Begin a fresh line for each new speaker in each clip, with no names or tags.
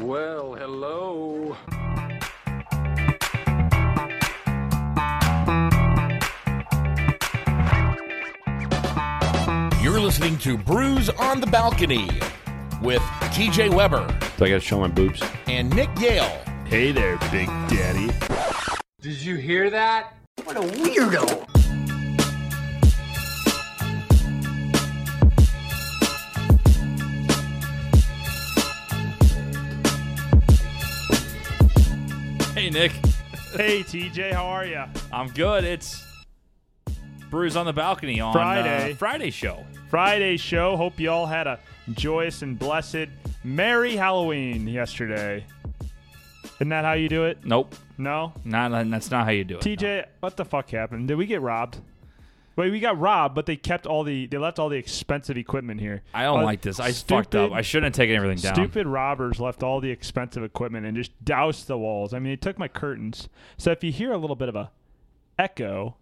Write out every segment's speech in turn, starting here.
Well, hello.
You're listening to Brews on the Balcony with TJ Weber
So I gotta show my boobs.
and Nick Yale.
Hey there, Big Daddy.
Did you hear that?
Hey Nick,
Hey TJ, how are you?
I'm good. It's Brews on the Balcony on uh,
Friday.
Friday show.
Friday show. Hope you all had a joyous and blessed Merry Halloween yesterday. Isn't that how you do it?
Nope,
No?
not that's not how you do it.
TJ, what the fuck happened? Did we get robbed? Wait, we got robbed, but they kept all the they left all the expensive equipment here.
I don't
Uh,
like this. I
stupid-
fucked up. I shouldn't have taken everything down.
Stupid robbers left all the expensive equipment and just doused the walls. I mean, they took my curtains. So if you hear a little bit of a echo,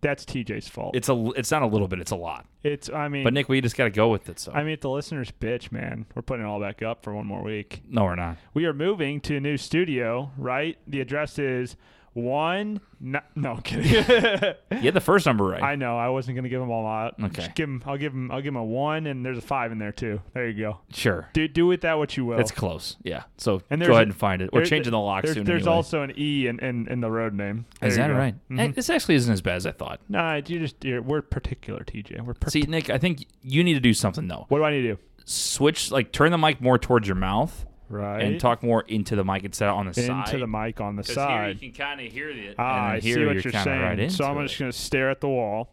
that's TJ's fault.
It's a. It's not a little bit. It's a lot.
it's I mean,
But Nick, we just got to go with it. So
I mean, if the listeners bitch, man, we're putting it all back up for one more week.
no, we're not.
We are moving to a new studio, right? The address is one. No, no I'm kidding.
You had the first number right.
I know. I wasn't gonna give them all out.
Okay.
Just give 'em- I'll give them. I'll give them a one, and there's a five in there too. There you go.
sure,
Do do with that what you will.
it's close. Yeah. So
And
go
there's
ahead
a-
and find it. We're
there-
changing the lock
there's,
soon.
There's
anyway.
also an e in, in, in the road name. There
Is
you
that
go.
right?
Mhm.
Eh, This actually isn't as bad as I thought.
Nah, you just you're, we're particular, TJ. We're partic-
See, Nick, I think you need to do something though.
What do I need to do?
Switch, like, turn the mic more towards your mouth
Right.
and talk more into the mic instead of on the side.
into the mic on the side.
can kind of hear it.
Ah, I see what you're saying. so I'm just going to stare at the wall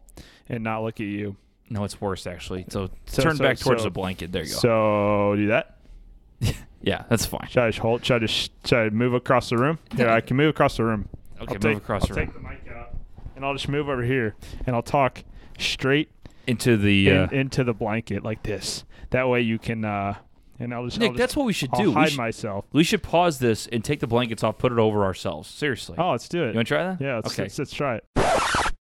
and not look at you.
No, it's worse actually. So,
So-
turn
so-
back towards
so-
the blanket. There you go.
So do that.
yeah, that's fine.
Should I just hold? Should I just should I move across the room? Yeah, I can move across the room.
Okay,
I'll
move
take-
across the
I'll take
room.
the mic out, and I'll just move over here, and I'll talk straight
Into the
in-
uh,
into the blanket like this. That way you can. uh And I'll just.
Nick,
I'll just-
that's what we should
I'll
do. We
Hide
should-
myself.
we should pause this and take the blankets off, put it over ourselves. Seriously.
Oh, let's do it.
You want to try that?
Yeah. Let's,
okay.
let's, let's try it.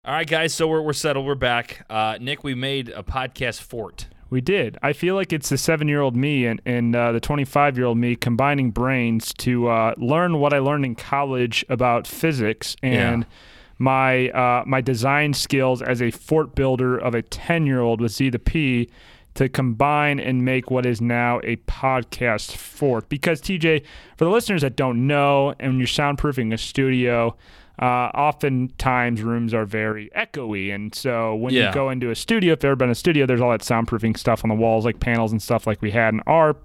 All right, guys. So we're, we're settled. We're back. Uh, Nick, we made a podcast fort.
We did. I feel like it's the seven-year-old me and, and uh, the 25-year-old me combining brains to uh, learn what I learned in college about physics and
Yeah.
my uh, my design skills as a fort builder of a 10-year-old with Z the P to combine and make what is now a podcast fort. Because TJ, for the listeners that don't know, and you're soundproofing a studio. Uh, oftentimes rooms are very echoey, and so when
Yeah.
you go into a studio, if you've ever been in a studio, there's all that soundproofing stuff on the walls, like panels and stuff, like we had in our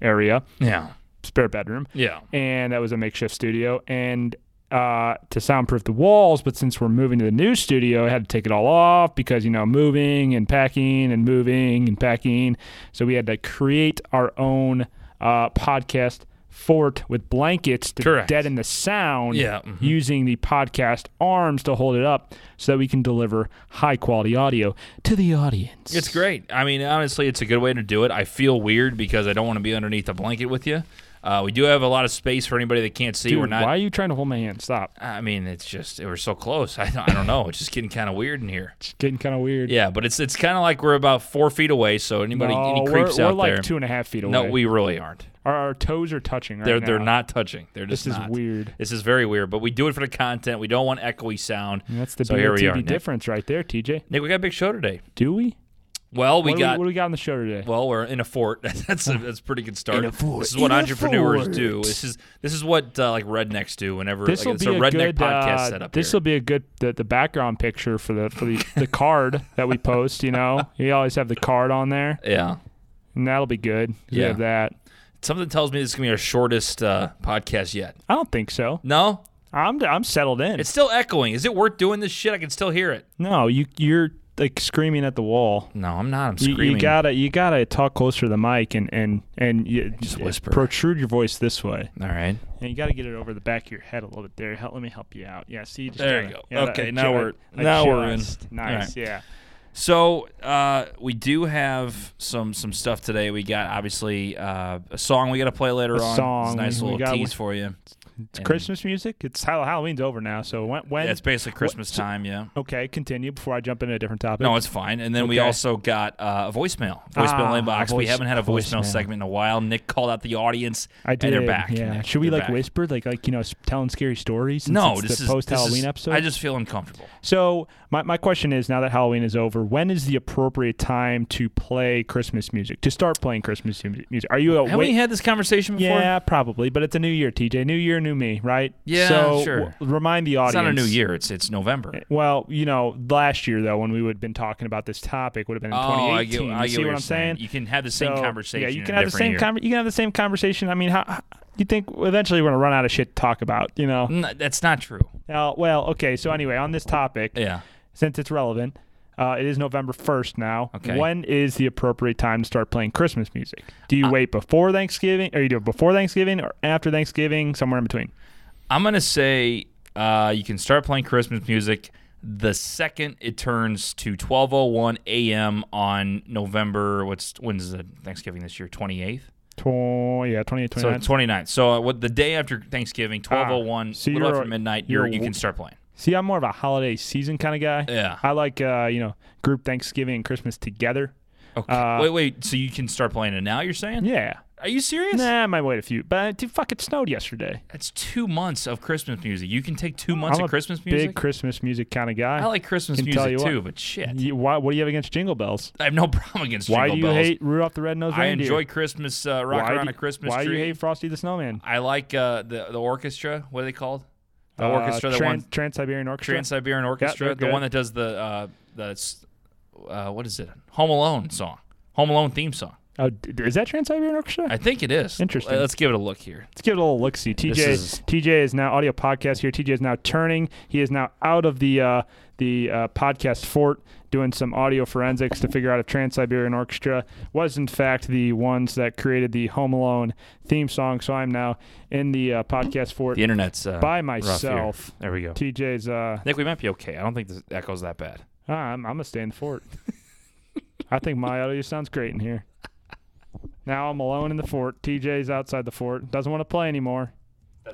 area,
Yeah.
spare bedroom.
Yeah.
And that was a makeshift studio. And uh, to soundproof the walls, but since we're moving to the new studio, I had to take it all off because, you know, moving and packing and moving and packing. So we had to create our own uh, podcast fort with blankets to
Correct.
deaden the sound
Yeah, mhm.
using the podcast arms to hold it up so that we can deliver high quality audio to the audience.
It's great. I mean, honestly, it's a good way to do it. I feel weird because I don't want to be underneath a blanket with you. Uh, we do have a lot of space for anybody that can't see.
Dude,
we're not.
why are you trying to hold my hand? Stop.
I mean, it's just we're so close. I don't, I don't know. It's just getting kind of weird in here.
It's getting kind of weird.
Yeah, but it's it's kind of like we're about four feet away. So anybody any
No,
creeps
we're,
out
we're like
there?
two and a half feet away.
no, we really aren't.
our, our toes are touching right
They're
now.
they're not touching. They're just
This is
not.
weird.
This is very weird. But we do it for the content. We don't want echoey sound.
That's the
so here we
BLTV
are. Nick.
difference right there, TJ.
Nick, we got a big show today.
Do we?
Well, we
what,
got
do we what do we got on the show today?
Well, we're in a fort. that's a, that's a pretty good start. This is what entrepreneurs do. This is this is what uh, like rednecks do whenever
this will
like, it's
be
a redneck
good
podcast
uh,
setup.
This
here.
will be a good the, the background picture for the for the, the card that we post. You know, you always have the card on there,
yeah.
and that'll be good. 'cause We
Yeah.
have that.
Something tells me this is gonna be our shortest uh, podcast yet.
I don't think so.
No,
I'm I'm settled in.
it's still echoing. Is it worth doing this shit? I can still hear it.
no, you you're like screaming at the wall.
No, I'm not. I'm
You,
screaming.
you gotta you gotta talk closer to the mic and and and you,
Just whisper.
Protrude your voice this way.
All right.
And you got to get it over the back of your head a little bit there. Help, let me help you out. Yeah, see, just
There you
gotta-
go. Okay, now we're-
I
now we're in.
adjust.
All right.
Nice, yeah.
So uh, we do have some some stuff today. We got obviously uh, a song we got to play later on. it's
song.
a nice
We
little
got-
tease for you.
It's Christmas music. It's Hall- Halloween's over now. So when? when
Yeah, it's basically Christmas time. Yeah.
okay, continue before I jump into a different topic.
No, it's fine. And then we
Okay.
also got uh, a voicemail. Voicemail
Ah,
inbox. we
voice-
haven't had a voicemail,
voicemail.
segment in a while. Nick called out the audience.
I
And
did.
they're back.
Yeah.
Nick,
Should we
they're
like
back.
whisper, like like you know, s- telling scary stories? Since
No,
it's
this
the
is
post
this
Halloween
is-
episode.
I just feel uncomfortable.
So my, my question is now that Halloween is over, when is the appropriate time to play Christmas music? To start playing Christmas mu- music? Are you a
Have
wait?
we had this conversation before?
yeah, probably, but it's a new year, TJ. New year, new me, right?
Yeah,
so
sure.
w- remind the audience.
It's not a new year. It's it's November.
Well, you know, last year though, when we would have been talking about this topic, would have been in
Oh, I get, I
2018. you
get
see
what,
what,
you're
I'm saying?
You can have the same
So,
conversation.
Yeah, you
in
can
a
have the
different
same
year.
conver- you can have the same conversation. I mean, how, how- you think eventually we're gonna run out of shit to talk about? You know?
No, that's not true.
Uh, well, okay. So anyway, on this topic,
Yeah.
since it's relevant. Uh, it is November 1st now.
Okay.
When is the appropriate time to start playing Christmas music? Do
Uh,
you wait before Thanksgiving? Or you do it before Thanksgiving or after Thanksgiving? Somewhere in between.
I'm gonna say uh, you can start playing Christmas music the second it turns to 12:01 a.m. on November. What's when's the Thanksgiving this year? 28th.
Tw- yeah, 28,
So
29.
29th. So uh, what the day after Thanksgiving, 12:01,
Ah, so
little
you're-
after midnight, you're,
you're-
you can start playing.
See, I'm more of a holiday season kind of guy.
Yeah.
I like, uh, you know, group Thanksgiving and Christmas together.
Okay.
Uh,
wait, wait. So you can start playing it now? You're saying?
Yeah.
Are you serious?
Nah, I might wait a few. But dude, fuck, it snowed yesterday.
That's two months of Christmas music. You can take two months
I'm a
of Christmas music.
Big Christmas music kind of guy.
I like Christmas
Can tell
music
you
too,
what.
but shit,
You- why, what do you have against Jingle Bells?
I have no problem against.
Why
Jingle
do you
bells.
hate Rudolph the Red-Nosed
I
Reindeer?
enjoy Christmas uh, rock
why
around
do,
a Christmas
why
tree.
do you hate Frosty the Snowman?
I like uh, the the orchestra. What are they called? The
Uh,
orchestra, the
Trans-
one
Trans-Siberian Orchestra.
Trans Siberian Orchestra,
they're
the
good.
one that does the uh, the s- uh, what is it? Home Alone song, Home Alone theme song.
oh, d- is that Trans-Siberian Orchestra?
I think it is.
Interesting.
Uh, Let's give it a look here.
Let's give it a little look. See, TJ,
is-
TJ is now audio podcast here. TJ is now turning. He is now out of the uh, the uh, podcast fort, doing some audio forensics to figure out if Trans Siberian Orchestra was in fact the ones that created the Home Alone theme song. So I'm now in the uh, podcast fort
The internet's uh,
by
rough here.
myself.
There we go. I
TJ's. Uh,
think we might be okay. I don't think this echoes that bad.
ah, I'm, I'm gonna stay in the fort. I think my audio sounds great in here. Now I'm alone in the fort. TJ's outside the fort. Doesn't want to play anymore.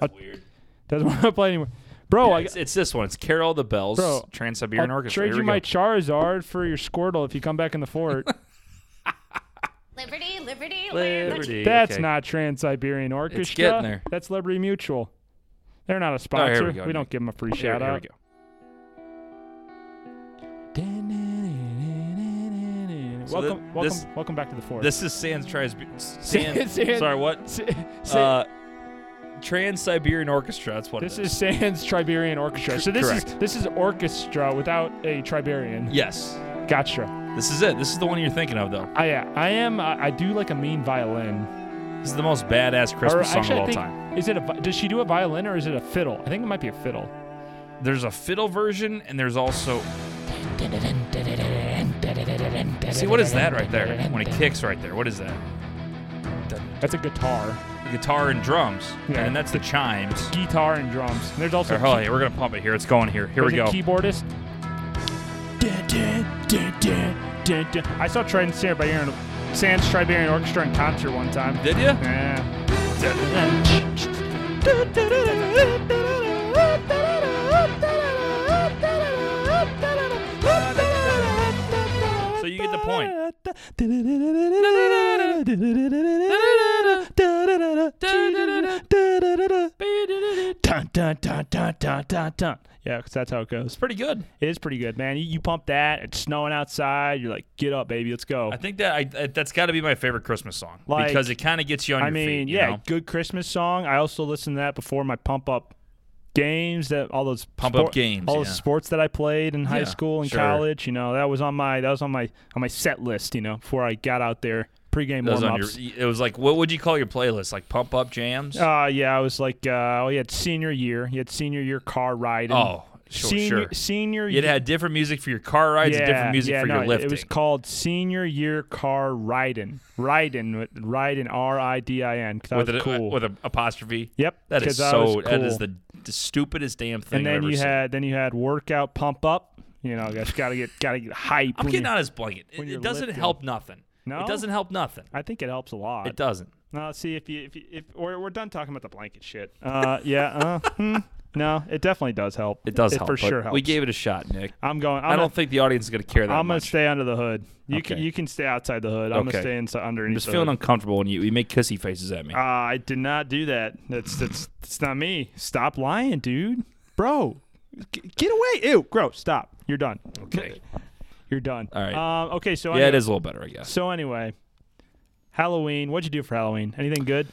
That's weird.
Doesn't want to play anymore. Bro, Oh, I,
it's, it's this one. It's Carol the Bells,
Bro,
Trans Siberian
I'll
Orchestra.
Trade
Here
you
we
my
go.
Charizard for your Squirtle if you come back in the fort.
Liberty, liberty, liberty.
Liberty.
That's
okay.
not Trans Siberian Orchestra.
getting there.
That's Liberty Mutual. They're not a
Oh, here
sponsor.
we
we,
go, Nick.
don't give them a free
Here,
shout
here
out.
we go.
Welcome,
So thi-
welcome,
this-
welcome back to the fort.
This is Sans Trans. Sans,
Sans-
sorry, what?
Sa- sa-
Uh, Trans Siberian Orchestra. That's what
this
it is.
is Sans Triberian Orchestra. So this is
correct.
this is orchestra without a Triberian.
Yes,
Gotcha.
this is it. This is the one you're thinking of, though.
I uh, I am I, I do like a mean violin.
This is the most badass Christmas
or
song
actually,
of
I
all
think,
time.
Is it a vi- does she do a violin or is it a fiddle? I think it might be a fiddle.
There's a fiddle version, and there's also. See, what is that right there? When it kicks right there, what is that?
That's a guitar.
Guitar and drums,
Yeah.
and then that's the chimes.
guitar and drums. And there's also
Or, hold on, here, we're gonna pump it here. It's going here. Here we go.
there's a keyboardist. Dun, dun, dun, dun, dun, dun. I saw Trent Siberian Sans Triberian Orchestra in concert one time.
Did you?
Yeah.
So you get the point.
Dun, dun, dun, dun, dun, dun, dun. Yeah, 'cause that's how it goes.
Pretty good.
It is pretty good, man. You, you pump that, it's snowing outside. You're like, get up, baby, let's go.
I think that I, that- that's got to be my favorite Christmas song
Like-
because it kind of gets you on
I
your
mean,
feet. you
yeah,
know?
good Christmas song. I also listen to that before my pump up games that all those
Pump up games,
all
yeah.
those sports that I played in high
Yeah,
school and
sure.
college. You know, that was on my that was on my on my set list. You know, before I got out there pregame
That was
warm
on
ups.
your, it was like, what would you call your playlist? Like pump up jams?
Uh, yeah, I was like, uh, oh, you had senior year, you had senior year car riding.
oh, sure,
senior
sure.
senior
It
year.
had different music for your car rides and different music for
no,
your
it-
lifting.
It was called Senior Year Car Riding. Riding with Riding R I D I N. 'cause That
with
was
an uh,
cool.
with an apostrophe.
Yep,
That is
'cause I
so
was
that is
cool.
the, the stupidest damn thing
and
I've
then
ever
you
seen.
had then you had workout pump up. You know, guys, gotta get gotta get hype.
I'm
when
getting
you-
out his blanket. It,
when
it
you're
doesn't
lifting.
help nothing.
No?
It doesn't help nothing.
I think it helps a lot.
It doesn't.
No, see if you if you, if we're, we're done talking about the blanket shit. Uh, yeah. Uh, hmm. No, it definitely does help.
It does help.
for
but
sure. Helps.
We gave it a shot, Nick.
I'm going. I'm
I'm I do
gonna-
not think the audience is going to care that
I'm gonna
much.
stay under the hood. You can
Okay.
you can stay outside the hood. I'm
Okay.
gonna stay inside underneath.
I'm just
the
feeling
hood.
uncomfortable when you, you make kissy faces at me.
Uh, I did not do that. That's that's that's not me. Stop lying, dude. Bro, g- get away. Ew, gross. Stop. You're done.
okay.
You're done.
All right.
Um, okay. So
Yeah,
anyway,
it is a little better, I guess.
So anyway, Halloween. What'd you do for Halloween? Anything good?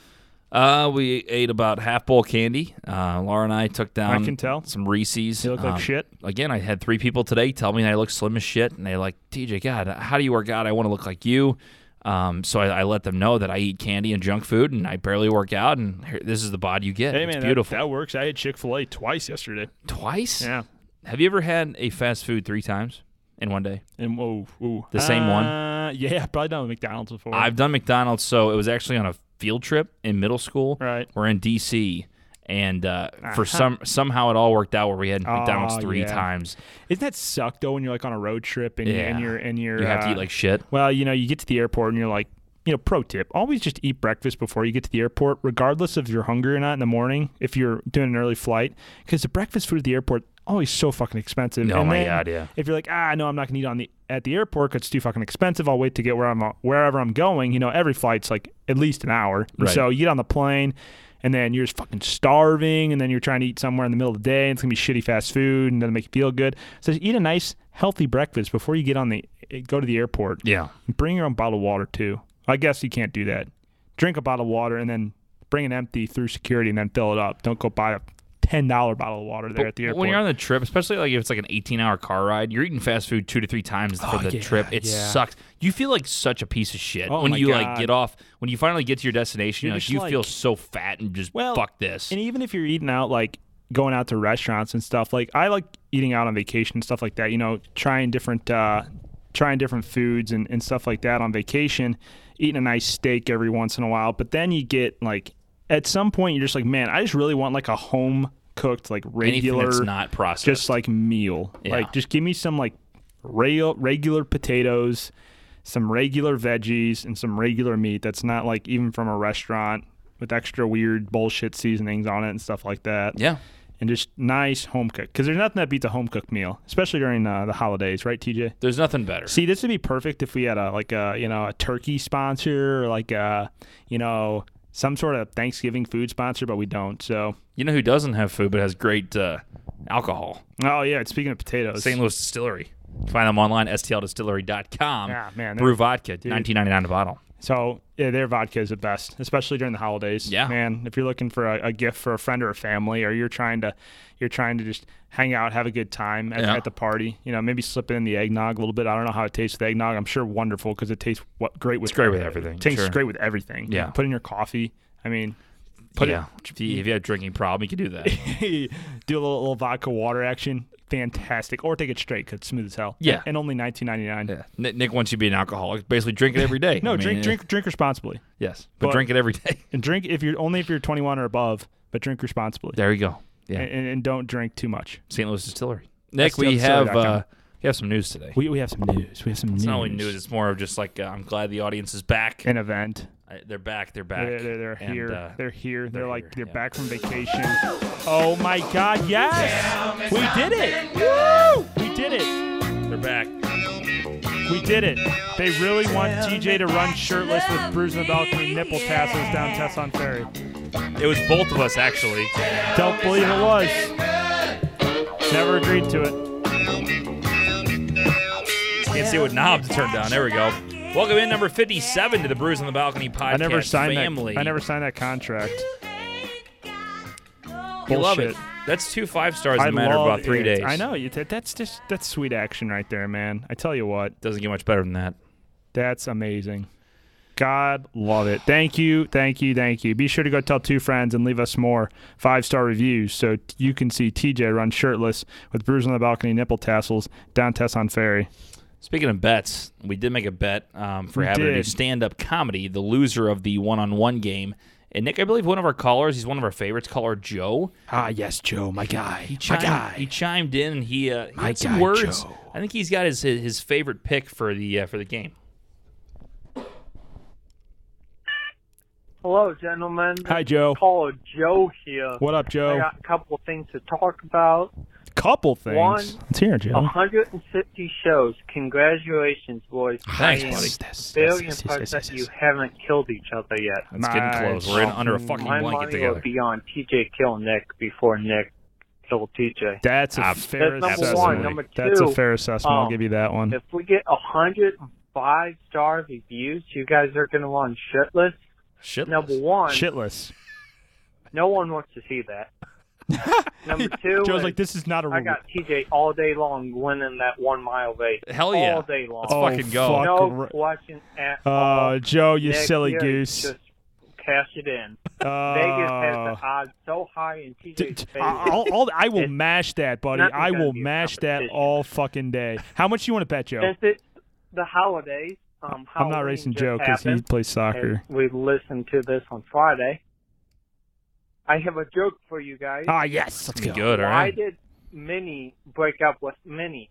Uh, we ate about half bowl candy. Uh, Laura and I took down.
I can tell.
some Reese's.
You look like
Um,
shit.
Again, I had three people today tell me I look slim as shit, and they like TJ. God, how do you work out? I want to look like you. Um, so I, I let them know that I eat candy and junk food, and I barely work out. And here, this is the bod you get.
Hey
it's
man, that-
beautiful.
That, works. I had Chick Fil A twice yesterday.
Twice.
Yeah.
Have you ever had a fast food three times in one day?
And whoa, ooh.
The same one?
Uh, Yeah, probably done with McDonald's before.
I've done McDonald's, so it was actually on a field trip in middle school.
Right. Uh-huh.
We're in D.C. And uh, for some somehow it all worked out where we had McDonald's
Oh,
three
yeah.
times.
Isn't that suck though when you're like on a road trip and,
Yeah.
and you're and you're
You have to
uh,
eat like shit.
well, you know, you get to the airport and you're like, you know, pro tip: always just eat breakfast before you get to the airport, regardless if you're hungry or not in the morning. If you're doing an early flight, because the breakfast food at the airport always so fucking expensive.
Oh
And
my
then
God, yeah.
If you're like, ah, no, I'm not gonna eat on the at the airport 'cause it's too fucking expensive. I'll wait to get where I'm wherever I'm going. You know, every flight's like at least an hour. And
Right.
So you get on the plane. And then you're just fucking starving, and then you're trying to eat somewhere in the middle of the day, and it's gonna be shitty fast food, and doesn't make you feel good. So just eat a nice, healthy breakfast before you get on the eh, go to the airport.
Yeah.
Bring your own bottle of water too. I guess you can't do that. Drink a bottle of water and then bring an empty through security and then fill it up. Don't go buy a ten dollar bottle of water there at the
But
airport.
When you're on the trip, especially like if it's like an 18 hour car ride, you're eating fast food two to three times for the
Oh, yeah,
trip. It
yeah.
sucks. You feel like such a piece of shit
Oh
when
my
you like
God.
get off. When you finally get to your destination,
You're
you're like,
just
you
like-
feel so fat and just
Well,
fuck this.
and even if you're eating out, like going out to restaurants and stuff, like I like eating out on vacation and stuff like that. You know, trying different uh, trying different foods and, and stuff like that on vacation. Eating a nice steak every once in a while, but then you get like at some point you're just like, man, I just really want like a home cooked like
Anything
regular
that's not processed.
just like meal. Like just give me some like real regular potatoes, some regular veggies, and some regular meat that's not like even from a restaurant with extra weird bullshit seasonings on it and stuff like that.
yeah.
And just nice home cooked because there's nothing that beats a home cooked meal, especially during uh, the holidays, right, TJ?
There's nothing better.
See, this would be perfect if we had a like a you know a turkey sponsor or like a you know some sort of Thanksgiving food sponsor, but we don't. So,
you know who doesn't have food but has great uh, alcohol?
oh yeah, speaking of potatoes,
St. Louis Distillery. Find them online, stldistillery.com.
Yeah, Ah, man,
Brew
they're-
vodka, 19.99 a bottle.
So yeah, their vodka is the best, especially during the holidays.
Yeah.
man. If you're looking for a, a gift for a friend or a family, or you're trying to, you're trying to just hang out, have a good time at,
Yeah.
at the party. You know, maybe slip in the eggnog a little bit. I don't know how it tastes with eggnog. I'm sure wonderful because it tastes what great with. It's
great with everything,
Tastes
sure.
great with everything.
Yeah.
put in your coffee. I mean,
Put yeah. if, you, if you have a drinking problem, you can do that.
do a little, little vodka water action. Fantastic. Or take it straight because it's smooth as hell.
Yeah.
and only 19.99.
Nick, Nick wants you to be an alcoholic. Basically, drink it every day.
No,
I mean,
drink,
eh,
drink, drink responsibly,
Yes, but,
but-
drink it every day.
and drink if you're only if you're 21 or above, but drink responsibly.
There you go. Yeah,
and, and, and don't drink too much.
St. Louis Distillery. Nick,
That's
we have
distillery.com.
uh, we have some news today.
We, we have some news. We have some news.
it's not only news; it's more of just like uh, I'm glad the audience is back.
An event.
Uh, they're back. They're back.
They're, they're, they're
And,
here.
uh,
they're here. They're,
they're
like
here,
they're
yeah.
back from vacation. Oh my God! Yes, we did it. Woo! We did it.
they're back.
We did it. They really want TJ to run shirtless with bruise on the balcony, nipple tassels down Tesson Ferry.
It was both of us actually.
Don't believe it was. Never agreed to it.
Can't see what knob to turn down. There we go. Welcome in number 57 to the Brews on the Balcony podcast
I never signed
family.
that. I never signed that contract.
You love it.
Bullshit.
That's two five stars in
I
a matter of
love
about three
it.
days.
I know. You, that, that's just that's sweet action right there, man. I tell you what.
Doesn't get much better than that.
That's amazing. God love it. Thank you, thank you, thank you. Be sure to go tell two friends and leave us more five star reviews so t- you can see TJ run shirtless with bruise on the balcony, nipple tassels down Tesson Ferry.
Speaking of bets, we did make a bet um, for
We
having to do
did.
stand up comedy, the loser of the one on one game. And Nick, I believe one of our callers, he's one of our favorites, caller Joe.
Ah, yes, Joe, my guy,
He chimed, he chimed in and he, uh, he had some words I think he's got his his, his favorite pick for the uh, for the game.
Hello, gentlemen.
Hi, Joe.
Call it Joe here.
What up,
I
Joe?
got a couple of things to talk about.
Couple things.
One-
Let's hear it, Joe.
150 shows. Congratulations, boys.
Thanks,
I am
buddy.
Billion parts that you haven't killed each other yet.
It's getting
Nice.
close. We're in under a fucking
My
blanket
money will
together.
be on TJ kill Nick before Nick killed TJ.
That's a
Ab-
fair
That's number
assessment.
one. Number
That's a
two,
fair assessment. I'll
um,
give you that one.
If we get 105 star reviews, you guys are going to want shitless.
Shit.
Number one,
Shitless.
no one wants to see that. Number two,
Joe's
is
like, this is not a rule.
I got TJ all day long winning that one mile race.
Hell yeah.
All day long.
Let's
Oh,
fucking go.
fuck.
no
fucking ra-
question at all.
uh, Joe, you
Next
silly
year,
goose.
Just cash it in. Vegas
Uh,
has the odds so high in
d-
TJ's
d-
favor.
I'll, I'll, I will
It's
mash that, buddy.
nothing
I
gonna
will
be a
mash that
competition.
all fucking day. How much you want to bet, Joe?
Since it's the holidays, um,
I'm not
Halloween
racing
just
Joe because he
happened,
plays soccer.
and We listened to this on Friday. I have a joke for you guys.
Ah, yes. Let's go.
Good. All
Why
right.
did Minnie break up with Minnie?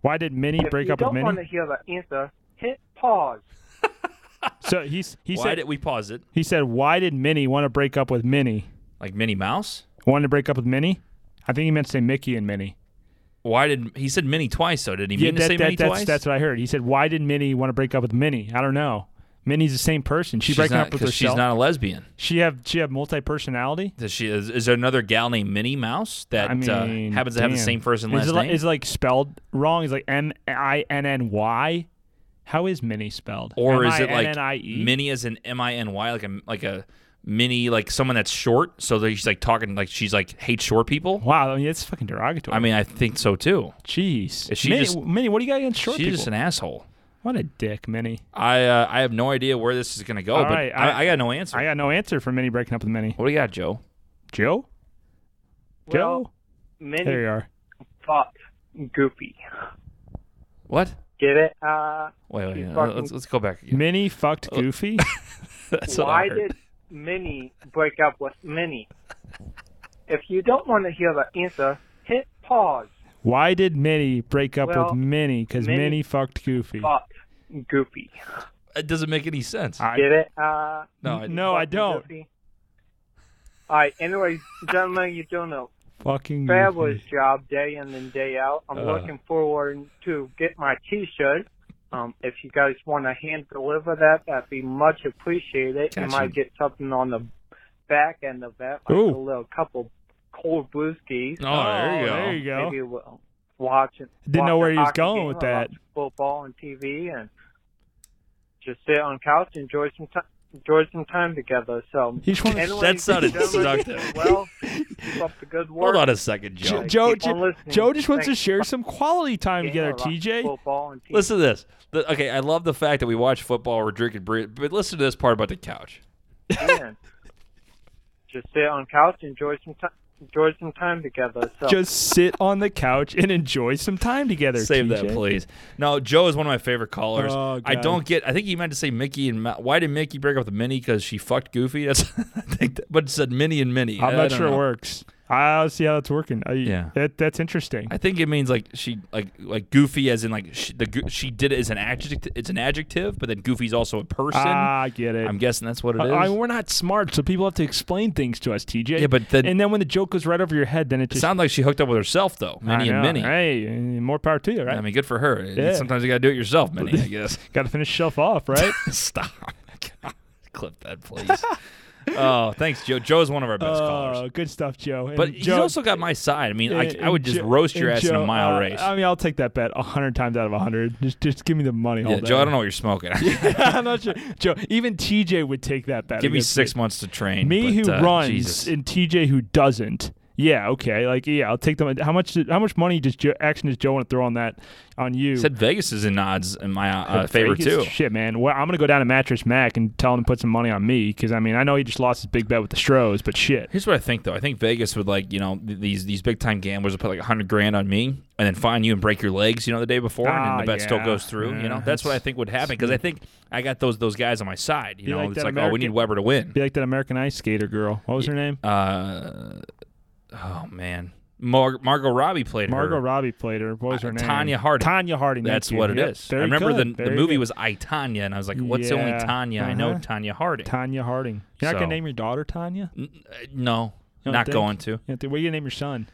Why did Minnie
if
break
you
up with
don't want to
Minnie?
hear the answer, hit pause.
So he's he
Why
said
did we pause it?
he said why did Minnie want to break up with Minnie?
Like Minnie Mouse?
Wanted to break up with Minnie? I think he meant to say Mickey and Minnie.
Why did he said Minnie twice? So did he mean to
that-
say
that-
Minnie
that's,
twice?
that's what I heard. He said, "Why did Minnie want to break up with Minnie?" I don't know. Minnie's the same person. She's,
she's
breaking
not,
up with
'cause
herself.
She's not a lesbian.
she have she have multi personality.
Does she? Is, is there another gal named Minnie Mouse that
I mean,
uh, happens to have the
damn.
same first and
is
last
it like,
name?
Is it like spelled wrong? Is like M I N N Y? How is Minnie spelled?
or is it like
M-I-N-N-I-E?
Minnie as an M I N Y, like a like a mini, like someone that's short? So that she's like talking like she's like hates short people.
Wow, I mean it's fucking derogatory.
I mean, I think so too.
jeez.
Is she
Minnie,
just-
Minnie, what do you got against short
she's
people?
just an asshole.
what a dick, Minnie.
I uh, I have no idea where this is gonna go,
All
but
right,
I,
I-
I, got no answer.
I got no answer for Minnie breaking up with Minnie.
what do you got, Joe?
Joe, Joe,
Well,
there you
Minnie
are.
fucked Goopy.
What?
Get it? Uh,
Wait, wait.
She's
uh,
fucking-
Let's, let's go back. Again.
Minnie fucked
Oh.
Goofy.
That's what I
why
heard.
did Minnie break up with Minnie? If you don't want to hear the answer, hit pause.
Why did Minnie break up
Well,
with Minnie? Because Minnie,
Minnie
fucked Goofy.
Fuck Goopy.
It doesn't make any sense.
I-
Get it? Uh,
no, I,
no, I
fucking
don't.
Goopy. All right. Anyways, gentlemen, you're doing a
Fucking
fabulous
Goofy.
job day in and day out. I'm
Uh.
looking forward to get my T-shirt. Um, if you guys want to hand deliver that, that'd be much appreciated.
Gotcha.
You might get something on the back end of that, like
Ooh.
a little couple cold brewskis.
Oh, there you go.
There you go.
Maybe we'll watch it.
Didn't
watch
know where
a
he was
hockey
going
game
with
or
that.
watch Football and TV, and just sit on couch, enjoy some time, enjoy some time together. So
He just wanted-
anyways,
That sounded
gentlemen,
seductive.
Well, keep up the good work.
Hold on a second, Joe.
Jo- Joe,
Keep on
Joe,
listening.
Joe just wants to
Thanks.
share some quality time
Yeah,
together.
I like
TJ,
Football and TV.
Listen to this. The- okay, I love the fact that we watch football, we're drinking beer, but listen to this part about the couch.
and just sit on couch, enjoy some time, enjoy some time together. So
just sit on the couch and enjoy some time together.
Save
TJ.
that, please. No, Joe is one of my favorite callers.
Oh,
I
God.
don't get. I think he meant to say Mickey and Ma- why did Mickey break up with Minnie because she fucked Goofy? That's I think, that, but it said Minnie and Minnie. I-
I'm
I
not
don't
sure
know.
it works. I'll see how that's working. I,
Yeah.
that, that's interesting.
I think it means like she like like Goofy as in like she, the Go- she did it as an adjective. It's an adjective, but then Goofy's also a person.
Ah, I get it.
I'm guessing that's what it
I-
is.
I- we're not smart, so people have to explain things to us, TJ.
Yeah, but then-
and then when the joke goes right over your head, then it
it
just
sounded like she hooked up with herself though,
I
Minnie and
know.
Minnie.
Hey, eh, more power to you, right?
I mean, good for her.
Yeah.
Sometimes you gotta do it yourself, Minnie. I guess.
Got to finish yourself off, right?
Stop. Clip that, please. oh, thanks, Joe. Joe's one of our best
Oh,
callers.
good stuff, Joe. And
But he's
Joe,
also got my side. I mean,
and-
I, I would
and
just
Joe-
roast your
and
ass in
Joe,
a mile
uh,
race.
I mean, I'll take that bet hundred times out of hundred. Just, just give me the money.
yeah, Joe, I don't know what you're smoking.
I'm not sure. Joe, even TJ would take that bet.
Give me
against
six months to train.
Me
but,
who
uh,
runs
Jesus.
and TJ who doesn't. Yeah, okay. Like, yeah, I'll take them. How much? did- How much money does Joe, action does Joe want to throw on that? On you?
said Vegas is in odds in my uh,
But
favor
Vegas,
too.
Shit, man. Well, I'm gonna go down to Mattress Mac and tell him to put some money on me because I mean I know he just lost his big bet with the Stros, but shit.
Here's what I think though. I think Vegas would like you know th- these these big time gamblers would put like hundred grand on me and then fine you and break your legs you know the day before
Ah,
and then the bet still
yeah.
goes through.
Yeah,
you know that's what I
that's-
think would happen because I think I got those those guys on my side. You know
like
it's
that
like oh we need
American-
Weber to win.
Be like that American ice skater girl. What was her name?
Uh, oh man, Mar- Margot Robbie played
Margot
her.
Robbie played her. What was her
Uh,
name?
Tanya Harding.
Tanya Harding.
That's
thank you.
what it is. I
Yep, very
remember
good,
the, the
very
movie
good.
was I Tanya, and I was like, "What's the
Yeah,
only Tanya I know?
uh-huh.
Tanya Harding."
Tanya Harding. You're not
So-
gonna name your daughter Tanya. You
N- uh, no,
don't
not
think?
going to.
You don't think- What are you gonna name your son?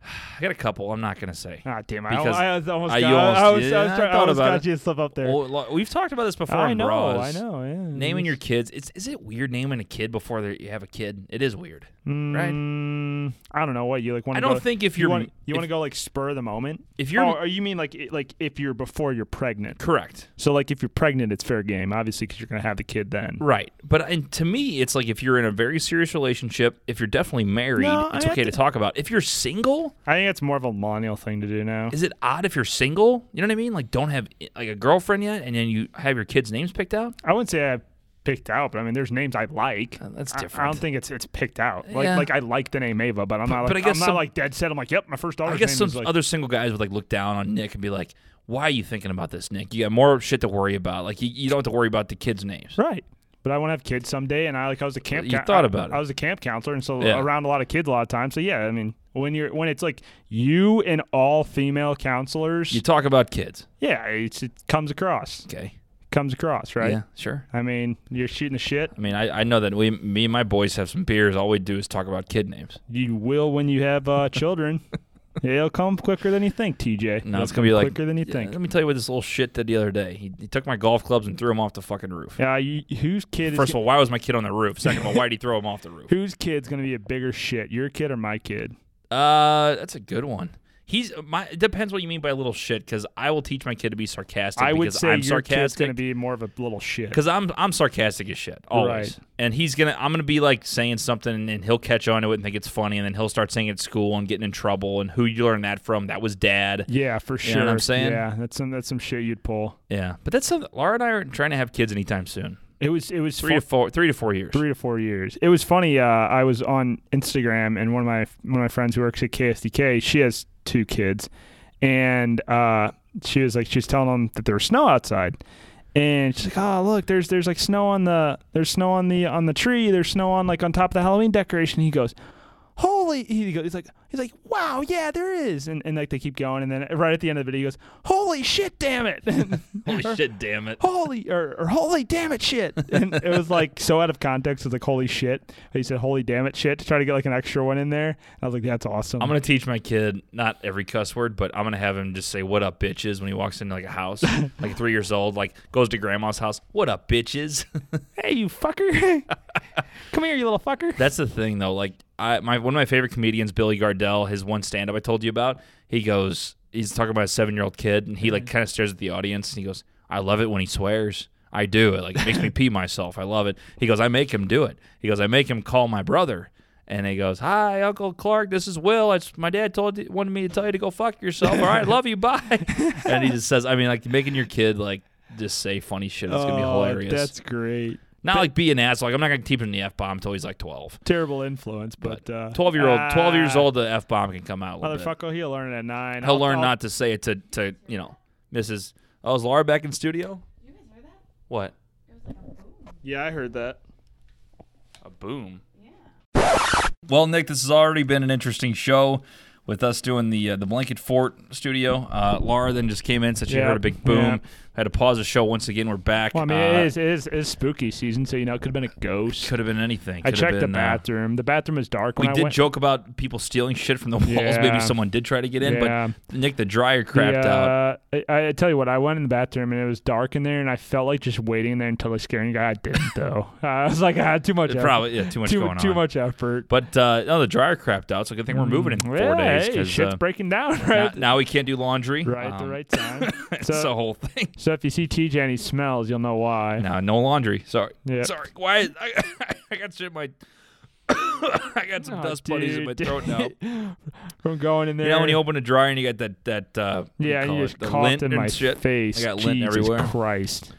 I got a couple. I'm not going to say.
Ah, damn! I,
Because-
I almost,
Ah,
got,
you almost-
I was,
yeah,
I was
I
trying, I
thought
almost
about
got
it.
you to slip up there.
Well, lo- we've talked about this before.
I
in
know,
bras.
I know. Yeah.
Naming your kids. It's is it weird naming a kid before they- you have a kid? It is weird. right?
Mm, I don't know what you like. Wanna
I don't
go,
think if
you
you're-
want, you
if-
want to go like spur of the moment.
If you're-
oh, or you mean like i- like if you're before you're pregnant.
Correct.
So like if you're pregnant, it's fair game, obviously, because you're gonna have the kid then.
Right. But and to me, it's like if you're in a very serious relationship, if you're definitely married,
No,
it's
I-
okay to talk about. If you're single,
I think that's more of a millennial thing to do now.
is it odd if you're single? You know what I mean? Like don't have like a girlfriend yet, and then you have your kids' names picked out.
I wouldn't say I picked out, but I mean, there's names I like.
Uh, that's
I- I,
different.
don't think it's it's picked out. Like
Yeah.
like I like the name Ava, but I'm not like
but I guess
I'm not
some-
like dead set. I'm like, yep, my first daughter's
I guess
name
some
is like
other single guys would like look down on Nick and be like, "Why are you thinking about this, Nick? You got more shit to worry about. Like you, you don't have to worry about the kids' names."
right. But I want to have kids someday, and I like I was a camp.
You thought
I-
about it.
I was a camp counselor, and so
Yeah.
around a lot of kids a lot of times. So yeah, I mean, when you're when it's like you and all female counselors,
You talk about kids,
yeah, it's, it comes across,
okay?
comes across, right?
Yeah, sure.
I mean, you're shooting the shit.
I mean, I, I know that we, me and my boys have some beers. All we do is talk about kid names.
You will when you have uh, children. It'll come quicker than you think, TJ.
No,
It'll
it's gonna be
come
like
quicker than you
Yeah,
think.
Let me tell you what this little shit did the other day. He, he took my golf clubs and threw them off the fucking roof.
Yeah, you, whose kid
First
is
of all, why was my kid on the roof? Second of all, why did he throw him off the roof?
whose kid's gonna be a bigger shit? Your kid or my kid?
Uh, that's a good one. He's my. It depends what you mean by little shit, because I will teach my kid to be sarcastic.
I would
because
say
I'm
your kid's
sarcastic.
gonna be more of a little shit.
Cause I'm I'm sarcastic as shit always,
Right.
and he's gonna I'm gonna be like saying something, and then he'll catch on to it and think it's funny, and then he'll start saying it at school and getting in trouble. And who you learn that from? That was dad.
Yeah, for sure.
know what I'm saying?
Yeah, that's some that's some shit you'd pull.
Yeah, but that's something. Laura and I aren't trying to have kids anytime soon.
It was it was
Three
fu-
to four, three to four years.
three to four years. It was funny. Uh, I was on Instagram, and one of my one of my friends who works at KSDK, she has two kids, and uh, she was like, she was telling them that there was snow outside, and she's like, oh look, there's there's like snow on the there's snow on the on the tree, there's snow on like on top of the Halloween decoration. He goes. Holy! He goes. He's like. He's like. Wow. Yeah, there is. And, and like they keep going, and then right at the end of the video, he goes, "Holy shit! Damn it!"
Holy shit! Damn it!
holy or, or holy damn it shit and it was like so out of context it was like holy shit he said holy damn it shit to try to get like an extra one in there i was like that's awesome
I'm gonna teach my kid not every cuss word, but I'm gonna have him just say "What up, bitches" when he walks into like a house, like three years old, like goes to grandma's house. What up, bitches?
hey you fucker come here you little fucker
That's the thing though. Like I my one of my favorite comedians, Billy Gardell, his one stand up I told you about, he goes he's talking about a seven year old kid and he like
Mm-hmm.
kinda stares at the audience and he goes, I love it when he swears. I do it. Like it makes me pee myself. I love it. He goes, I make him do it. He goes, I make him call my brother. And he goes, Hi, Uncle Clark, this is Will. It's my dad told wanted me to tell you to go fuck yourself. All right, love you, bye. and he just says, I mean, like making your kid like just say funny shit. It's gonna be
Oh,
hilarious.
that's great
Not like be an asshole. Like I'm not gonna teach him the f bomb until he's like twelve.
terrible influence but, uh
12 year old 12 years
ah,
old the f-bomb can come out a little bit.
motherfucker he'll learn it at nine
he'll
I'll-
learn
I'll-
not to say it to to you know mrs oh is laura back in studio
You guys heard that?
what
It was like a boom.
yeah i heard that
a boom
Yeah.
well nick this has already been an interesting show with us doing the uh, the blanket fort studio uh, laura then just came in said she
Yeah.
heard a big boom
Yeah.
had to pause the show once again we're back Uh,
well i mean it is it is it is spooky season so you know it could have been a ghost
could have been anything
i
Could have
checked the
been, uh,
bathroom the bathroom was dark
we
when I
did
went.
joke about people stealing shit from the walls.
Yeah.
Maybe someone did try to get in,
Yeah.
but Nick the dryer crapped
the,
out.
uh, I, I tell you what, I went in the bathroom and it was dark in there, and I felt like just waiting there until the scaring guy didn't though. I was like, I had too much. effort.
Probably yeah, too much
too,
going on.
too much effort.
But uh, no, the dryer crapped out, so good thing we're moving in four
Yeah,
days.
hey,
'cause,
shit's
uh,
breaking down,
now,
right?
now we can't do laundry.
right at the
Um,
right time.
It's
So,
the whole thing.
so if you see TJ and he smells, you'll know why.
No, no laundry. Sorry,
Yeah.
sorry. Why? is- I, I got shit in my. I got some
Aw,
dust putties in my
Oh, dude.
throat now.
From going in there,
You know when you open a dryer and you got that that uh, what do
yeah,
you
and
call
you
it?
just
The
coughed
lint
in
and
my
shit.
face.
I got lint
Jesus
everywhere.
Christ.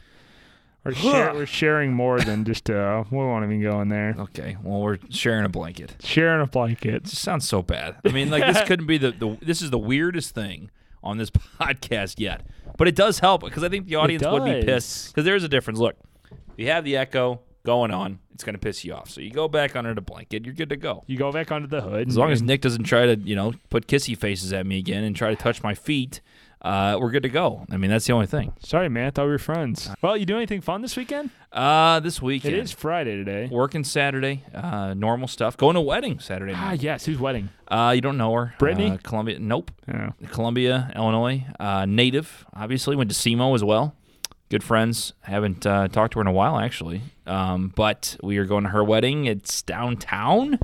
We're, share, we're sharing more than just uh, we won't even go in there.
Okay, well we're sharing a blanket.
Sharing a blanket.
It just sounds so bad. I mean, like this couldn't be the, the this is the weirdest thing on this podcast yet. But it does help because I think the audience would be
does.
pissed because there is a difference. Look, you have the echo going on. it's going to piss you off. So you go back under the blanket. You're good to go.
You go back onto the hood.
As long as Nick doesn't try to, you know, put kissy faces at me again and try to touch my feet, uh, we're good to go. I mean, that's the only thing.
Sorry, man. I thought we were friends. Well, you do anything fun this weekend?
Uh, this
It
weekend,
is Friday today.
working Saturday, uh, normal stuff. Going to wedding Saturday
Ah,
night.
yes. Who's wedding?
Uh, you don't know her,
Brittany?
Uh, Columbia. Nope.
Oh.
Columbia, Illinois. Uh, native, obviously. Went to SEMO as well. Good friends. Haven't uh, talked to her in a while, actually. Um, but we are going to her wedding. It's downtown.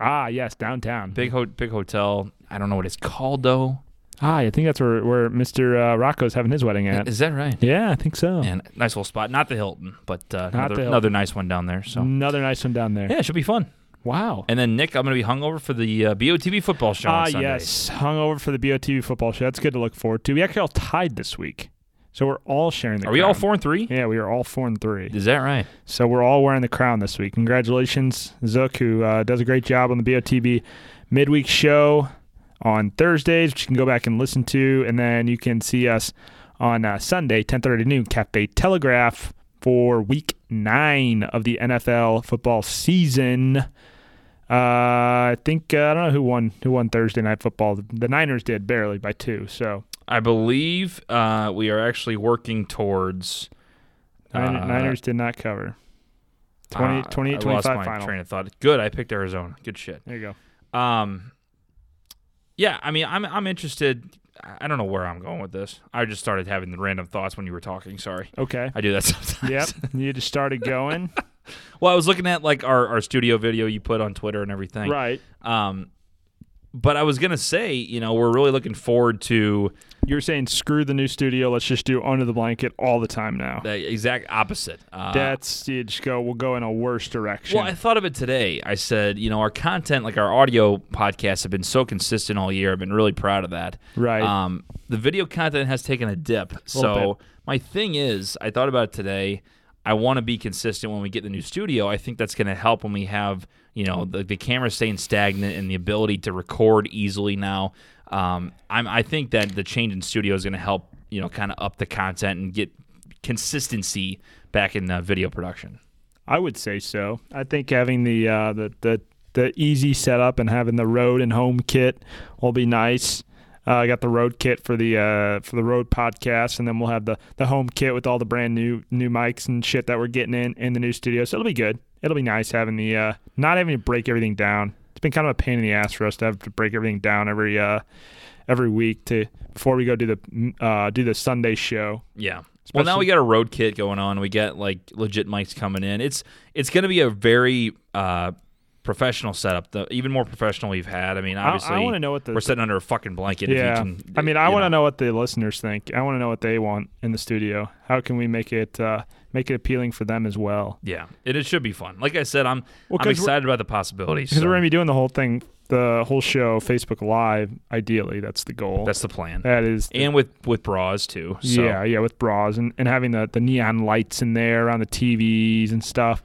Ah, yes. Downtown.
Big, ho- big hotel. I don't know what it's called, though.
Ah, I think that's where, where Mr. Uh, Rocco's having his wedding at.
Is that right?
yeah, I think so.
And nice little spot. Not the Hilton, but uh, another,
the Hilton. Mm.
another nice one down there. So,
Another nice one down there.
yeah, it should be fun.
Wow.
And then, Nick, I'm going to be hungover for the uh, BOTB football show
Ah,
on Sunday.
yes. Hungover for the BOTV football show. That's good to look forward to. We actually all tied this week. So we're all sharing the
Are we all
crown.
four and three?
Yeah, we are all four and three.
Is that right?
So we're all wearing the crown this week. Congratulations, Zook, who uh, does a great job on the BOTB midweek show on Thursdays, which you can go back and listen to, and then you can see us on uh, Sunday, 10:30 noon, Cafe Telegraph for Week Nine of the NFL football season. Uh, I think uh, I don't know who won who won Thursday night football. The Niners did barely by two, so
I believe uh, we are actually working towards.
Nin-
Uh,
Niners did not cover. 20,
uh,
28
I lost
25
my
final.
train of thought. Good, I picked Arizona. Good shit.
There you go.
Um, yeah, I mean, I'm I'm interested. I I don't know where I'm going with this. I just started having the random thoughts when you were talking. Sorry,
Okay.
I do that sometimes.
Yep. You just started going.
Well, I was looking at like our, our studio video you put on Twitter and everything.
right.
Um, but I was gonna say, you know, we're really looking forward to
You're saying screw the new studio. Let's just do under the blanket all the time now.
the exact opposite. Uh,
That's you just go. We'll go in a worse direction.
Well, I thought of it today. I said, you know, our content, like our audio podcasts, have been so consistent all year. I've been really proud of that.
Right.
Um, the video content has taken a dip. so my thing is, I thought about it today. I want to be consistent when we get the new studio. I think that's going to help when we have, you know, the, the camera staying stagnant and the ability to record easily now. Um, I'm, I think that the change in studio is going to help, you know, kind of up the content and get consistency back in the video production.
I would say so. I think having the uh, the the the easy setup and having the road and home kit will be nice. Uh, I got the road kit for the uh, for the road podcast, and then we'll have the the home kit with all the brand new new mics and shit that we're getting in in the new studio. So it'll be good. It'll be nice having the uh, not having to break everything down. It's been kind of a pain in the ass for us to have to break everything down every uh, every week to before we go do the uh, do the Sunday show.
Yeah. Well, now we got a road kit going on. We got like legit mics coming in. It's it's going to be a very uh, professional setup. The even more professional we've had. I mean, obviously,
wanna know what the-
we're sitting under a fucking blanket. if you
Yeah.
can-
I mean, I
you
want to know what the listeners think. I want to know what they want in the studio. How can we make it uh, make it appealing for them as well?
Yeah, it, it should be fun. Like I said, I'm I'm
Well, 'cause we're-
excited about the possibilities.
Because
so
we're gonna be doing the whole thing, the whole show, Facebook Live. Ideally, that's the goal.
that's the plan.
that is. the-
and with with bras too. So.
yeah, yeah, with bras and, and having the, the neon lights in there on the TVs and stuff.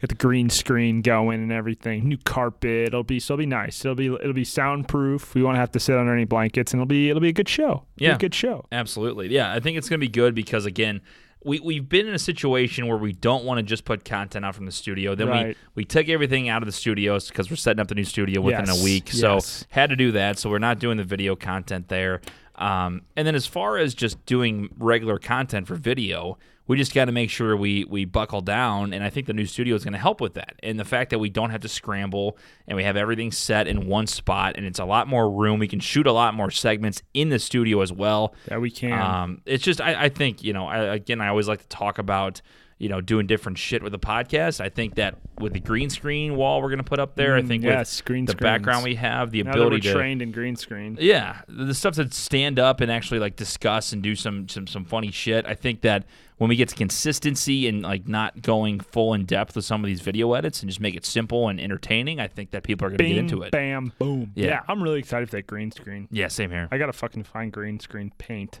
Got the green screen going and everything. New carpet. It'll be so it'll be nice. It'll be it'll be soundproof. We won't have to sit under any blankets and it'll be it'll be a good show. It'll be
Yeah.
a good show.
Absolutely. Yeah, I think it's going to be good because again, we we've been in a situation where we don't want to just put content out from the studio. Then
Right.
we we take everything out of the studios because we're setting up the new studio within
Yes,
a week.
yes.
So had to do that. So we're not doing the video content there. Um, and then as far as just doing regular content for video, we just got to make sure we we buckle down. And I think the new studio is going to help with that. And the fact that we don't have to scramble and we have everything set in one spot, and it's a lot more room. We can shoot a lot more segments in the studio as well.
Yeah, we can.
Um, it's just I, I think you know I, again I always like to talk about you know doing different shit with the podcast. I think that with the green screen wall we're gonna put up there, I think
Mm, yes,
with
green
the
screens.
background we have, the
Now that we're
ability to
trained in green screen.
yeah, the stuff that stand up and actually like discuss and do some some some funny shit. I think that when we get to consistency and like not going full in depth with some of these video edits and just make it simple and entertaining, I think that people are gonna get
Bing,
into it.
Bam, boom. Yeah.
Yeah.
I'm really excited for that green screen.
Yeah, same here.
I gotta fucking find green screen paint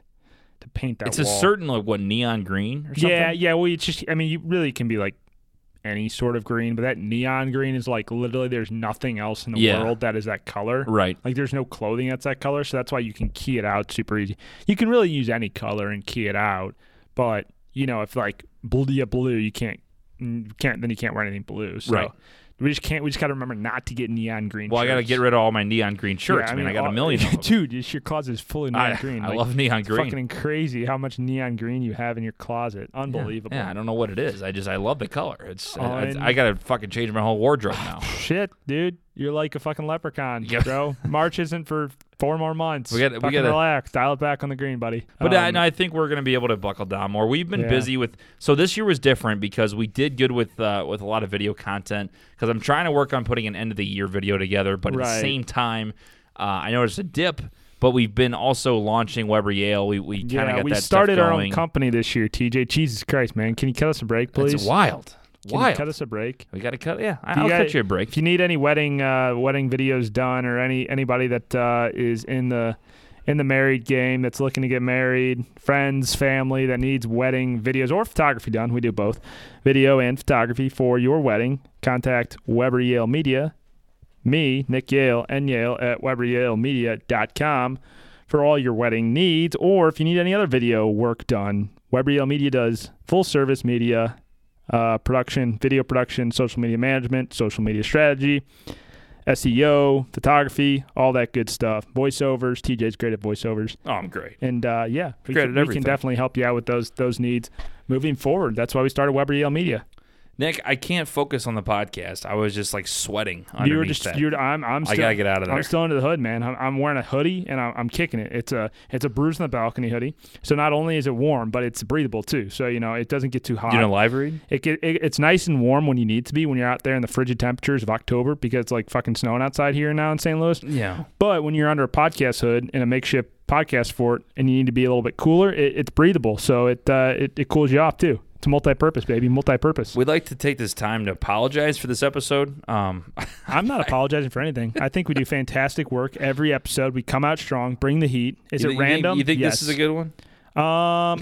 to paint that.
It's a
wall.
certain like what neon green or something.
Yeah, yeah. Well, it's just. I mean, you really can be like any sort of green, but that neon green is like literally there's nothing else in the
Yeah.
world that is that color.
Right.
Like there's no clothing that's that color, so that's why you can key it out super easy. You can really use any color and key it out, but you know if like blue, blue, you can't and you can't then you can't wear anything blue. So
Right.
we just can't. We just got to remember not to get neon green.
Well, I got to
shirts.
get rid of all my neon green
Yeah,
shirts. I mean, I got a
all-
million of them.
Dude, this, your closet is full of neon
I-
green.
I love neon
it's
green.
Fucking crazy how much neon green you have in your closet. Unbelievable.
Yeah, I don't know what it is. I just I love the color. It's I,
On-
I, I gotta fucking change my whole wardrobe now.
Shit, dude, you're like a fucking leprechaun,
Yeah.
bro. March isn't for four more months.
We gotta- we
Fucking
gotta-
relax. Dial it back on the green, buddy.
But I,
Um,
no, I think we're gonna be able to buckle down more. We've been
Yeah.
busy with so this year was different because we did good with uh, with a lot of video content because I'm trying to work on putting an end of the year video together. But at the
Right.
same time, uh, I noticed a dip. But we've been also launching Weber Yale. We we kind of
yeah,
got
we
that stuff
started our own
going.
company this year, TJ. Jesus Christ, man, can you cut us a break, please?
It's wild,
Can you
wild.
cut us a break?
we gotta cut. Yeah,
If
I'll
got-
cut you a break.
If you need any wedding uh, wedding videos done, or any anybody that uh, is in the in the married game that's looking to get married, friends, family that needs wedding videos or photography done, we do both, video and photography for your wedding. Contact Weber Yale Media, me Nick Yale and Yale at WeberYaleMedia.com for all your wedding needs, or if you need any other video work done. Weber Yale Media does full service media uh, production, video production, social media management, social media strategy, SEO, photography, all that good stuff. Voiceovers. TJ's great at voiceovers,
oh, I'm great.
and uh, yeah, we,
Great at
can, we
everything.
can definitely help you out with those those needs moving forward. That's why we started Weber Yale Media.
Nick, I can't focus on the podcast. I was just like sweating underneath
You were just
that.
you're I'm I'm still,
gotta get out of there.
I'm still into the hood, man. I'm, I'm wearing a hoodie and I'm, I'm kicking it. It's a it's a bruise in the balcony hoodie. So not only is it warm, but it's breathable too. So you know it doesn't get too hot.
you know, live read.
It, get, it it's nice and warm when you need to be when you're out there in the frigid temperatures of October because it's like fucking snowing outside here now in St. Louis.
Yeah.
But when you're under a podcast hood and a makeshift podcast fort and you need to be a little bit cooler, it, it's breathable, so it, uh, it it cools you off too. It's multi-purpose, baby, multi-purpose.
We'd like to take this time to apologize for this episode. Um,
I'm not apologizing for anything. I think we do fantastic work every episode. We come out strong, bring the heat. Is
you
it
think-
random?
You think, you think
Yes.
this is a good one?
Um,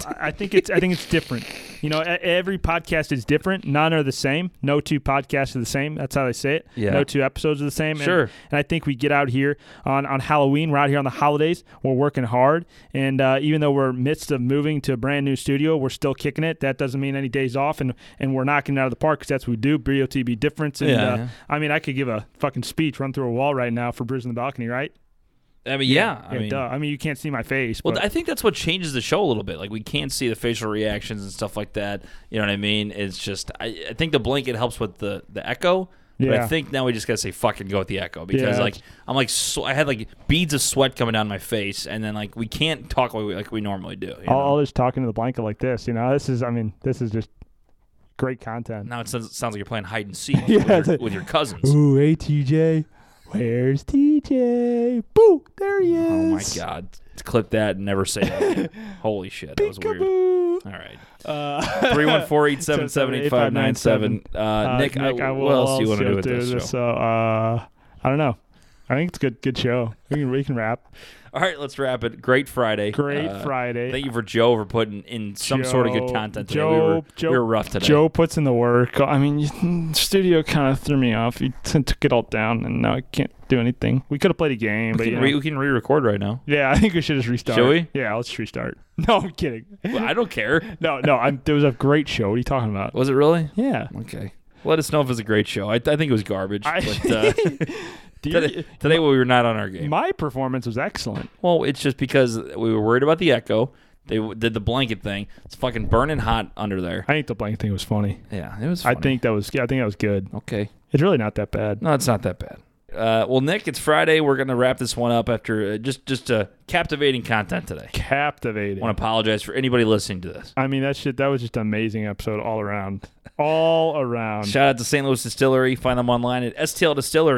I I think it's I think it's different. You know, e- every podcast is different. None are the same. No two podcasts are the same. That's how they say it.
Yeah.
No two episodes are the same. And-
Sure.
And, I think we get out here on on Halloween. We're out here on the holidays. We're working hard, and uh, even though we're midst of moving to a brand new studio, we're still kicking it. That doesn't mean any days off, and and we're knocking it out of the park because that's what we do. BOTB difference. And,
Yeah,
uh,
yeah.
I mean, I could give a fucking speech, run through a wall right now for Bruising the Balcony, right?
I mean, yeah. I
yeah,
mean,
duh. I mean, you can't see my face.
well,
but-
I think that's what changes the show a little bit. Like we can't see the facial reactions and stuff like that. You know what I mean? It's just I, I think the blanket helps with the the echo. But I
Yeah.
think now we just gotta say fucking go with the echo because
Yeah.
like I'm like sw- I had like beads of sweat coming down my face and then like we can't talk like we, like we normally do. you know?
all, all this talking to the blanket like this. You know, this is, I mean, this is just great content.
Now it sounds, sounds like you're playing hide and seek with,
Yeah,
your,
it's like-
with your cousins.
Ooh, hey, TJ. Where's TJ? Boo! There he is.
Oh my god! Clip that and never say that. again. Holy shit! That was weird. All right. Three one four eight seven seven eight five nine seven.
Uh,
Nick, I,
I will
what else do you want to do
also
with this, show?
So, uh, I don't know. I think it's a good, good show. We can, we can wrap.
All right, let's wrap it. Great Friday.
uh, Great
Uh,
Friday.
Thank you for Joe for putting in some sort of good
Joe-
content today.
Joe,
we, were,
Joe,
we were rough today.
Joe puts in the work. I mean, you- studio kind of threw me off. He t- took it all down, and now I can't do anything. We could have played a game,
we
but you
can,
know.
re- we can re-record right now.
Yeah, I think we should just restart.
Shall we?
Yeah, let's restart. No, I'm kidding.
Well, I don't care.
No, no, I'm, there was a great show. What are you talking about?
Was it really?
Yeah.
Okay. Let us know if it's a great show. I, I think it was garbage.
I-
but, uh,
Dear-
today, today we were not on our game.
my performance was excellent.
Well, it's just because we were worried about the echo. They w- did the blanket thing. It's fucking burning hot under there.
I think the blank thing was funny.
Yeah, it was.
I
Funny.
think that was. Yeah, I think that was good.
Okay.
It's really not that bad.
No, it's not that bad. Uh, well, Nick, it's Friday. We're gonna wrap this one up after uh, just just uh, captivating content today.
Captivating.
I want to apologize for anybody listening to this.
I mean, that shit. That was just an amazing episode all around. All around.
Shout out to St. Louis Distillery. Find them online at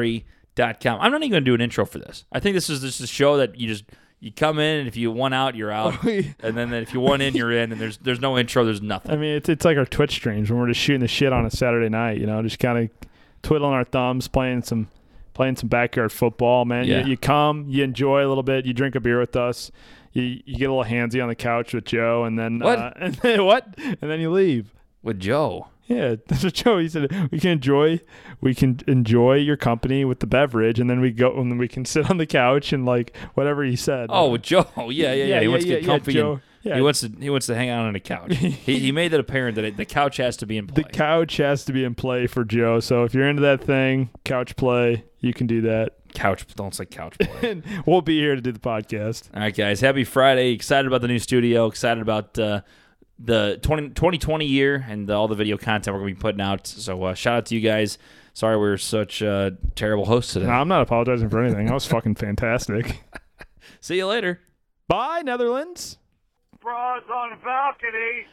stldistillery.com. I'm not even going to do an intro for this. I think this is just a show that you just you come in and if you want out, you're out,
Oh,
and then if you want in, you're in, and there's there's no intro, there's nothing.
I mean, it's it's like our Twitch streams when we're just shooting the shit on a Saturday night. You know, just kind of twiddling our thumbs, playing some playing some backyard football. Man,
Yeah.
you, you come, you enjoy a little bit, you drink a beer with us, you you get a little handsy on the couch with Joe, and then
What?
uh, and then what? And then you leave.
With Joe.
Yeah, that's what Joe. He said we can enjoy, we can enjoy your company with the beverage, and then we go and then we can sit on the couch and like whatever he said.
Oh, with Joe. Yeah, yeah, yeah. he wants to get comfy
Joe,
and He wants to he wants to hang out on a couch. he, he made it apparent that it, the couch has to be in play.
The couch has to be in play for Joe. So if you're into that thing, couch play, you can do that.
couch, don't say couch play.
And we'll be here to do the podcast.
All right, guys. Happy Friday. Excited about the new studio. Excited about uh, the 20, 2020 year and all the video content we're going to be putting out. So, uh, shout out to you guys. Sorry we were such uh, terrible hosts today.
No, I'm not apologizing for anything. That was fucking fantastic.
See you later.
Bye, Netherlands.
Bras on balcony.